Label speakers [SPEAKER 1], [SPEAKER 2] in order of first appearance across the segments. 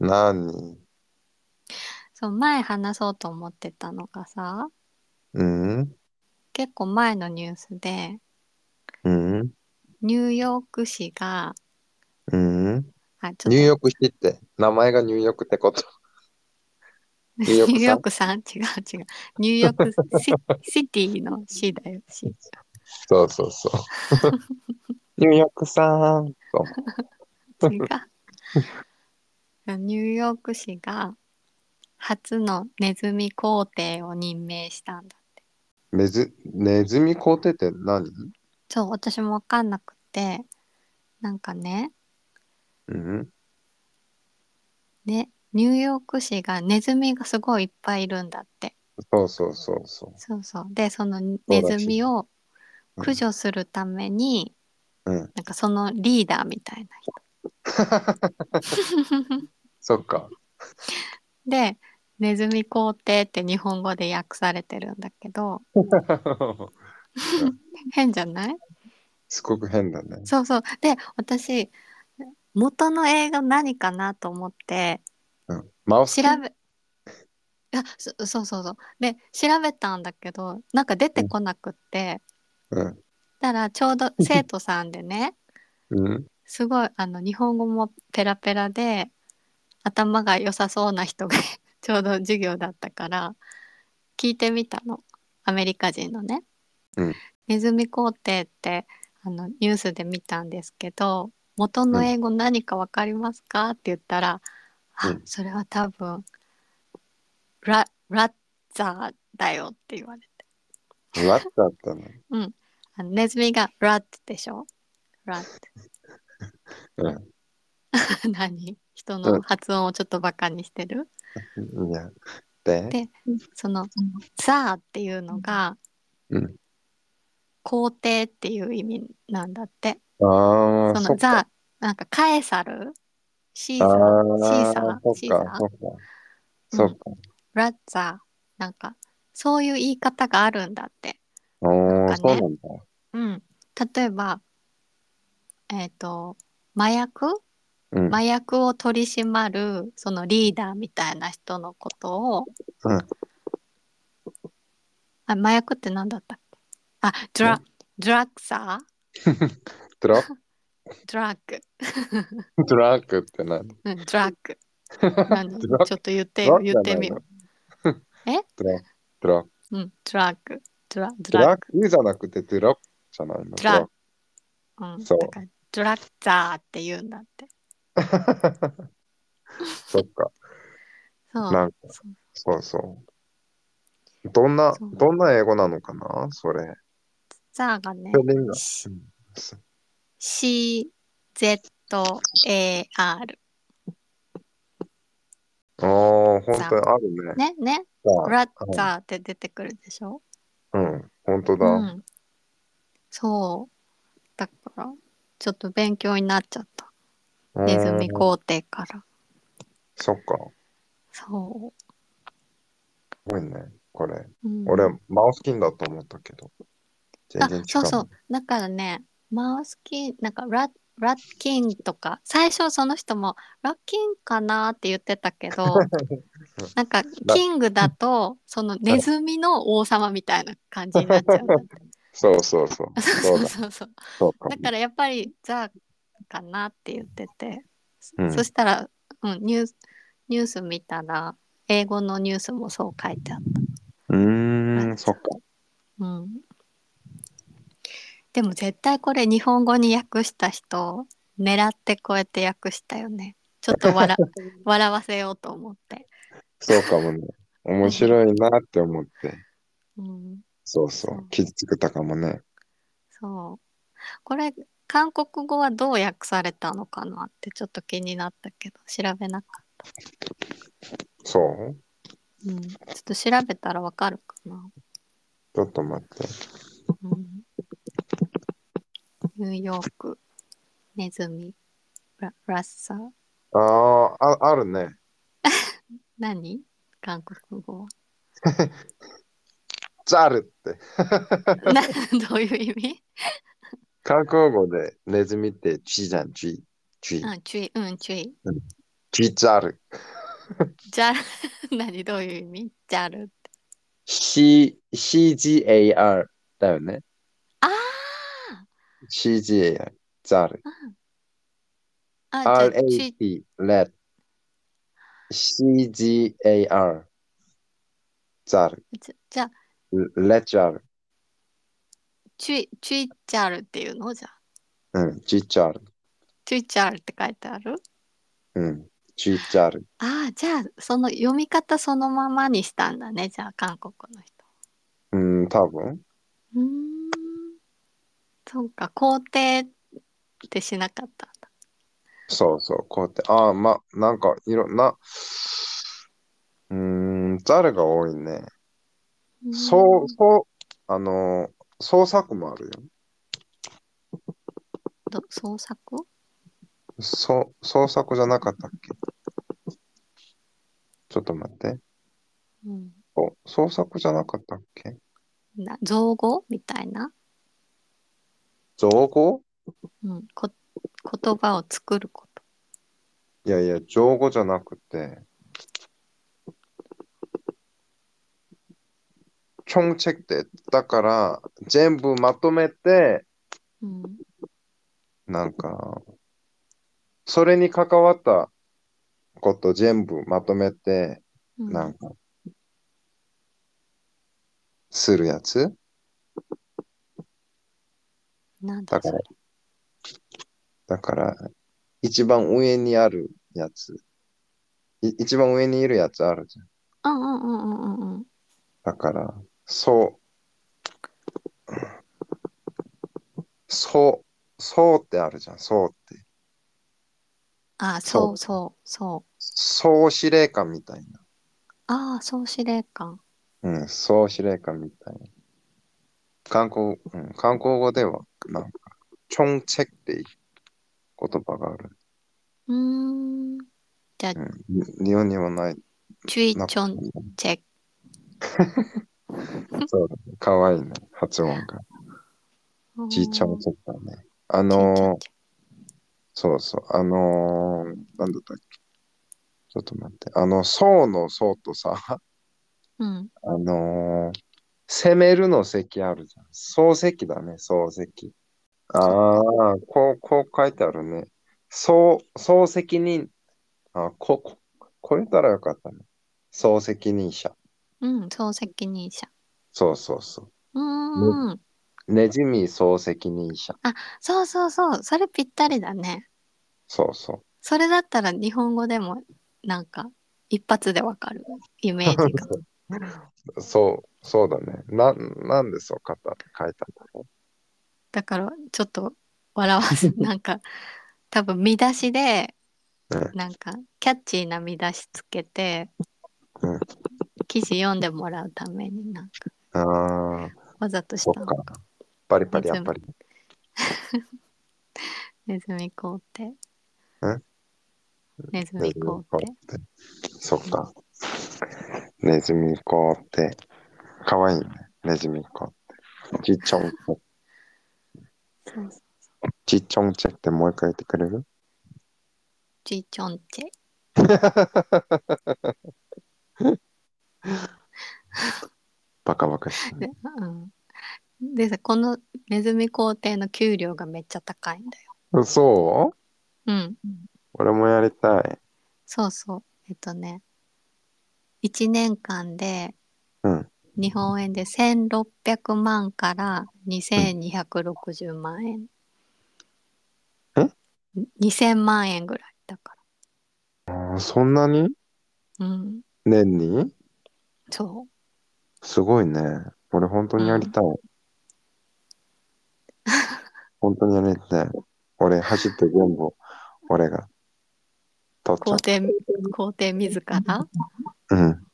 [SPEAKER 1] 何
[SPEAKER 2] そう、前話そうと思ってたのがさ、
[SPEAKER 1] うん
[SPEAKER 2] 結構前のニュースで、
[SPEAKER 1] うん
[SPEAKER 2] ニューヨーク市が、
[SPEAKER 1] うん
[SPEAKER 2] あ、ちょっ
[SPEAKER 1] ニュー
[SPEAKER 2] と、
[SPEAKER 1] ヨーク市って名前がニューヨークってこと ニューヨー
[SPEAKER 2] ニュ
[SPEAKER 1] ク
[SPEAKER 2] ー
[SPEAKER 1] さ
[SPEAKER 2] ヨ
[SPEAKER 1] ん
[SPEAKER 2] ークさん違う違う。ニューヨーク シ、シティの市だよ、市。
[SPEAKER 1] そうそうそう ニューヨークさんと
[SPEAKER 2] 違う。ニューヨーク市が、初のネズミ皇帝を任命したんだ。
[SPEAKER 1] ネズネズミ皇帝って何
[SPEAKER 2] そう、私もわかんなくて、なんかね、
[SPEAKER 1] うん
[SPEAKER 2] ね、ニューヨーク市がネズミがすごいいっぱいいるんだって。
[SPEAKER 1] そうそうそうそ
[SPEAKER 2] そうそう。で、その
[SPEAKER 1] そう
[SPEAKER 2] ネ
[SPEAKER 1] らし
[SPEAKER 2] ズ
[SPEAKER 1] い
[SPEAKER 2] ミを
[SPEAKER 1] う
[SPEAKER 2] 駆除するために、
[SPEAKER 1] うんうん
[SPEAKER 2] なんかそのリーダーみたいな 人。
[SPEAKER 1] そっか
[SPEAKER 2] で、ネズミ皇帝って日本語で訳されてるんだけど、変じゃない
[SPEAKER 1] すごく変だね
[SPEAKER 2] そうそう。で、私、元の映画何かなと思って、
[SPEAKER 1] うんマウス
[SPEAKER 2] 調べ、あ、そそうそうそう。で、調べたんだけど、なんか出てこなくって、
[SPEAKER 1] うん
[SPEAKER 2] たらちょうど生徒さんでね、
[SPEAKER 1] うん
[SPEAKER 2] すごいあの日本語もペラペラで頭が良さそうな人が ちょうど授業だったから聞いてみたのアメリカ人のね、
[SPEAKER 1] うん
[SPEAKER 2] ネズミ皇帝ってあのニュースで見たんですけど元の英語何か分かりますかって言ったら、
[SPEAKER 1] う
[SPEAKER 2] あ
[SPEAKER 1] ん
[SPEAKER 2] それは多分ララッザーだよって言われて、
[SPEAKER 1] ラッツだったね
[SPEAKER 2] うん、あのネズミがラッツでしょラッツ
[SPEAKER 1] うん
[SPEAKER 2] 何人の発音をちょっとバカにしてる、
[SPEAKER 1] いやで
[SPEAKER 2] でその「ザー」っていうのが
[SPEAKER 1] うん
[SPEAKER 2] 皇帝っていう意味なんだって
[SPEAKER 1] あ
[SPEAKER 2] そ
[SPEAKER 1] あ
[SPEAKER 2] の
[SPEAKER 1] そっ
[SPEAKER 2] 「ザ
[SPEAKER 1] か
[SPEAKER 2] ー」なんかカエサルシー
[SPEAKER 1] あ
[SPEAKER 2] ザー
[SPEAKER 1] あ
[SPEAKER 2] シーサー
[SPEAKER 1] そ
[SPEAKER 2] シ
[SPEAKER 1] っ
[SPEAKER 2] ー
[SPEAKER 1] か
[SPEAKER 2] サー
[SPEAKER 1] そっか
[SPEAKER 2] う
[SPEAKER 1] そ
[SPEAKER 2] ん
[SPEAKER 1] っか
[SPEAKER 2] ラッザーなんかそういう言い方があるんだって、
[SPEAKER 1] おー、
[SPEAKER 2] なん
[SPEAKER 1] そ
[SPEAKER 2] か
[SPEAKER 1] う
[SPEAKER 2] ね
[SPEAKER 1] なんだ。
[SPEAKER 2] うん、例えばえっ、と麻薬
[SPEAKER 1] うん。
[SPEAKER 2] 麻薬を取り締まるそのリーダーみたいな人のことを
[SPEAKER 1] うん
[SPEAKER 2] あ麻薬って何だったっけあドラドラッグサー
[SPEAKER 1] ドラ
[SPEAKER 2] ドラッグ、
[SPEAKER 1] ドラッグって何
[SPEAKER 2] うん、ドラッ グ何ち
[SPEAKER 1] ド
[SPEAKER 2] ょ
[SPEAKER 1] ラッ
[SPEAKER 2] っと言って
[SPEAKER 1] ドラッグ
[SPEAKER 2] 言ってみよ うえ
[SPEAKER 1] ドラドラ
[SPEAKER 2] う、うん、ドラッグドラド
[SPEAKER 1] ド
[SPEAKER 2] ラッ
[SPEAKER 1] ラッグじゃなくてドラッグじゃないの。
[SPEAKER 2] ドラグ、うん、
[SPEAKER 1] そう
[SPEAKER 2] だからドラッザーって言うんだって
[SPEAKER 1] ドラッグ そっか。
[SPEAKER 2] そう
[SPEAKER 1] なんか、
[SPEAKER 2] そ
[SPEAKER 1] そうそう。どんな
[SPEAKER 2] そ、う
[SPEAKER 1] どんな英語なのかなそれ。
[SPEAKER 2] ザーがね
[SPEAKER 1] スペリングが
[SPEAKER 2] C-
[SPEAKER 1] うん
[SPEAKER 2] CZAR
[SPEAKER 1] ああ、本当にあるね。
[SPEAKER 2] ねねド
[SPEAKER 1] さ
[SPEAKER 2] ラッザーって出てくるでしょ、
[SPEAKER 1] あうん、本当
[SPEAKER 2] う
[SPEAKER 1] だ。
[SPEAKER 2] ん、そうだからちょっと勉強になっちゃったネズミ
[SPEAKER 1] うーん
[SPEAKER 2] 皇帝から
[SPEAKER 1] そっか。
[SPEAKER 2] そ
[SPEAKER 1] ごめんね、これ。
[SPEAKER 2] う、うん
[SPEAKER 1] 俺、マウスキンだと思ったけど。全
[SPEAKER 2] あ
[SPEAKER 1] 然違う。
[SPEAKER 2] そうそうだからねマウスキンなんかラッラッキンとか最初その人もラッキンかなって言ってた けどなんかキングだとそのネズミの王様みたいな感じになっちゃうんだって
[SPEAKER 1] そうそう そう。
[SPEAKER 2] そ
[SPEAKER 1] そう
[SPEAKER 2] う
[SPEAKER 1] だ。
[SPEAKER 2] そうそう
[SPEAKER 1] そうか
[SPEAKER 2] だからやっぱりザかなって言ってて、
[SPEAKER 1] うん
[SPEAKER 2] そしたら、うん、ニュースニュース見たら英語のニュースもそう書いてあっ
[SPEAKER 1] うーん、そっか。
[SPEAKER 2] た、うん、でも絶対これ日本語に訳した人狙ってこうやって訳したよねちょっと 笑笑わせようと思って、
[SPEAKER 1] そうかもね。面白いなって思って。
[SPEAKER 2] うん、
[SPEAKER 1] そうそ
[SPEAKER 2] そう
[SPEAKER 1] う。傷つくたかもね。
[SPEAKER 2] そうこれ韓国語はどう訳されたのかなってちょっと気になったけど調べなかっ
[SPEAKER 1] そう
[SPEAKER 2] た、うん、ちょっと調べたらわかるかな
[SPEAKER 1] ちょっと待って。
[SPEAKER 2] うんニューヨーク、ネズミ、ララッサー。
[SPEAKER 1] あーあ、あるね。
[SPEAKER 2] 何韓国語
[SPEAKER 1] ザルって。
[SPEAKER 2] は。な どういう意味
[SPEAKER 1] 韓国語でネズミってチじゃん、チ。チ。
[SPEAKER 2] うん、注意、うん、注意。
[SPEAKER 1] ジジャル。
[SPEAKER 2] じゃ、 何どういう意味じゃる。
[SPEAKER 1] C、CGAR だよね。
[SPEAKER 2] あ
[SPEAKER 1] CGAR。ジャル。
[SPEAKER 2] あ、あ、じゃあ、ち
[SPEAKER 1] RAT。レッ CGAR。ジャル。
[SPEAKER 2] じゃじゃあ、
[SPEAKER 1] レジャル。
[SPEAKER 2] チュイ、チュイチャールっていうのじゃあ。
[SPEAKER 1] うん。ジジャル。
[SPEAKER 2] チュイチャールって書いてある
[SPEAKER 1] うん。ジジャル。
[SPEAKER 2] ああ、じゃあ、その読み方そのままにしたんだね。じゃあ、韓国の人。
[SPEAKER 1] うん、多分。
[SPEAKER 2] うーん。そうか、肯定ってしなかったんだ。
[SPEAKER 1] そうそう、こうやって。ああ、ま、なんか、いろんな、うーん、ザルが多いね。
[SPEAKER 2] ーん
[SPEAKER 1] そう、そう、あのー、創作もあるよ。
[SPEAKER 2] ど創作
[SPEAKER 1] そう、創作じゃなかったっけちょっと待って。
[SPEAKER 2] うん。
[SPEAKER 1] お、創作じゃなかったっけ
[SPEAKER 2] な造語みたいな、
[SPEAKER 1] 造語
[SPEAKER 2] うん、こ言葉を作ること。
[SPEAKER 1] いやいや、造語じゃなくて、チョンチェクテ。だから、全部まとめて、
[SPEAKER 2] うん、
[SPEAKER 1] なんか、それに関わったこと全部まとめて、
[SPEAKER 2] うん
[SPEAKER 1] なんか、するやつ
[SPEAKER 2] なん
[SPEAKER 1] だ
[SPEAKER 2] だ
[SPEAKER 1] か
[SPEAKER 2] そ
[SPEAKER 1] ら
[SPEAKER 2] れ。、
[SPEAKER 1] だから、一番上にあるやつ。い一番上にいるやつあるじゃん。
[SPEAKER 2] うんうんうんうんうんうん。
[SPEAKER 1] だから、そう。そう、そうってあるじゃん、そうって。
[SPEAKER 2] ああ、
[SPEAKER 1] そ
[SPEAKER 2] そうそうそう。
[SPEAKER 1] 総司令官みたいな。
[SPEAKER 2] ああ、総司令官。
[SPEAKER 1] うん、総司令官みたいな。韓国、うん、韓国語では、なんか、チョンチェクっていう言葉がある。
[SPEAKER 2] うーん。じゃあ
[SPEAKER 1] う、ん、日本にもない。
[SPEAKER 2] チュイチ
[SPEAKER 1] な
[SPEAKER 2] ョンチェック。
[SPEAKER 1] そうだね。かわいいね。発音が。じいちゃんも
[SPEAKER 2] チ
[SPEAKER 1] そうだね。あ
[SPEAKER 2] ュイチョンチェ
[SPEAKER 1] のー
[SPEAKER 2] ッ、ク
[SPEAKER 1] そうそう。あのー、なんだったっけ。ちょっと待って。あの、そうのそうとさ、
[SPEAKER 2] うん。
[SPEAKER 1] あのー、攻めるの席あるじゃん。漱石だね、漱石。ああ、こう、こう書いてあるね。そう、漱石人。あ、こ、こ、これたらよかったね。漱石人者。
[SPEAKER 2] うん、総責任者。
[SPEAKER 1] そうそうそう
[SPEAKER 2] ーん。
[SPEAKER 1] う。ねじみ漱石人者。
[SPEAKER 2] そうそうそう。それぴったりだね。
[SPEAKER 1] そうそ
[SPEAKER 2] それだったら日本語でもなんか一発でわかるイメージが。
[SPEAKER 1] う。そう、そうだね。な、なんでそう書いた書いたんだろ
[SPEAKER 2] だからちょっと笑わすな んか多分見出しで
[SPEAKER 1] うん
[SPEAKER 2] なんかキャッチーな見出しつけて、
[SPEAKER 1] うん
[SPEAKER 2] 記事読んでもらうためになんか
[SPEAKER 1] う。ああ、
[SPEAKER 2] わざとし
[SPEAKER 1] そ
[SPEAKER 2] た
[SPEAKER 1] っ
[SPEAKER 2] の
[SPEAKER 1] か
[SPEAKER 2] か。
[SPEAKER 1] パリパリやっぱり。
[SPEAKER 2] ネズミ皇帝
[SPEAKER 1] え
[SPEAKER 2] ネズミ皇帝
[SPEAKER 1] そっか。ネズミコって、かわいいね。ネズミコって。ちっちょんこ、
[SPEAKER 2] そうそう
[SPEAKER 1] ちっちょんちェってもう一回言ってくれる
[SPEAKER 2] チーチョンチェ
[SPEAKER 1] バカバカしい。
[SPEAKER 2] で,、うん、でさこのネズミ皇帝の給料がめっちゃ高いんだよ。
[SPEAKER 1] そう
[SPEAKER 2] うん、
[SPEAKER 1] 俺もやりたい。
[SPEAKER 2] そうそう。えっとね、1年間で
[SPEAKER 1] うん
[SPEAKER 2] 日本円で1600万から2260万円。
[SPEAKER 1] え
[SPEAKER 2] ?2000 万円ぐらいだか
[SPEAKER 1] あそんなに
[SPEAKER 2] ら。うん、
[SPEAKER 1] 年に
[SPEAKER 2] そう。
[SPEAKER 1] すごいね。俺本当にやりたい。 本当にやりたい。俺走って全部、俺が取っちゃ
[SPEAKER 2] 皇帝、皇帝自ら
[SPEAKER 1] う。うん。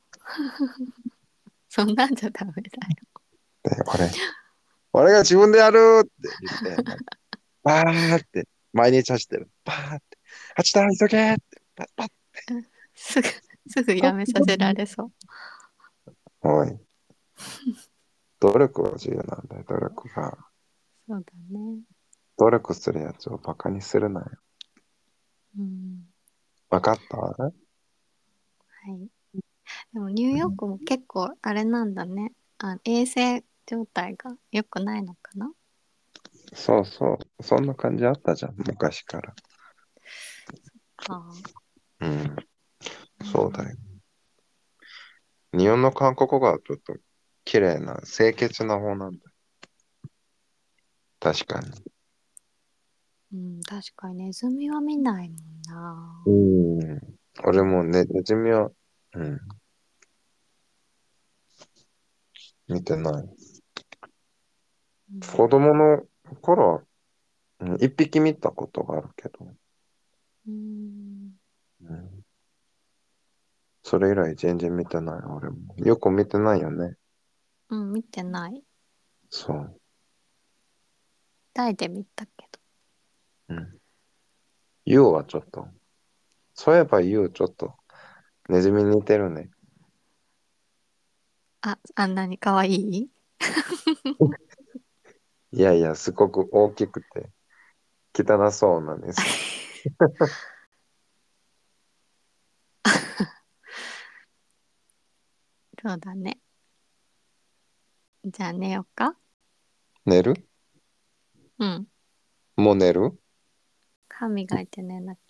[SPEAKER 2] そんなんじゃダメだよ。
[SPEAKER 1] って俺、俺が自分でやるって言って、 バーって、毎日走ってる。バーって、走った、急げって、パッパッ。
[SPEAKER 2] すぐ、すぐやめさせられそう。
[SPEAKER 1] おい。努力は重要なんだよ、努力が。
[SPEAKER 2] そうだね。
[SPEAKER 1] 努力するやつをバカにするなよ。
[SPEAKER 2] うん。
[SPEAKER 1] わかった
[SPEAKER 2] はい。でもニューヨークも結構あれなんだね。あ衛生状態が良くないのかな
[SPEAKER 1] そうそう。そんな感じあったじゃん、昔から。
[SPEAKER 2] あ
[SPEAKER 1] うん。
[SPEAKER 2] ー
[SPEAKER 1] そうだよ。日本の韓国語はちょっと綺麗な、清潔な方なんだ。確かに。
[SPEAKER 2] うん、確かにネズミは見ないもんな。
[SPEAKER 1] うん。俺もね、ネズミは、うん。見てない。
[SPEAKER 2] うん
[SPEAKER 1] 子供の頃、うん一匹見たことがあるけど、
[SPEAKER 2] うん
[SPEAKER 1] うん。それ以来全然見てない、俺も。よく見てないよね。
[SPEAKER 2] うん、見てない。
[SPEAKER 1] そう。
[SPEAKER 2] タイで見たけど。
[SPEAKER 1] ユウはちょっと。そういえばユウちょっと、ネズミに似てるね。
[SPEAKER 2] あ、あんなに可愛い
[SPEAKER 1] いやいや、すごく大きくて、汚そうなんです。
[SPEAKER 2] そうだね。じゃあ寝ようか。
[SPEAKER 1] 寝る
[SPEAKER 2] うん。
[SPEAKER 1] もう寝る
[SPEAKER 2] 歯磨いて寝なきゃ。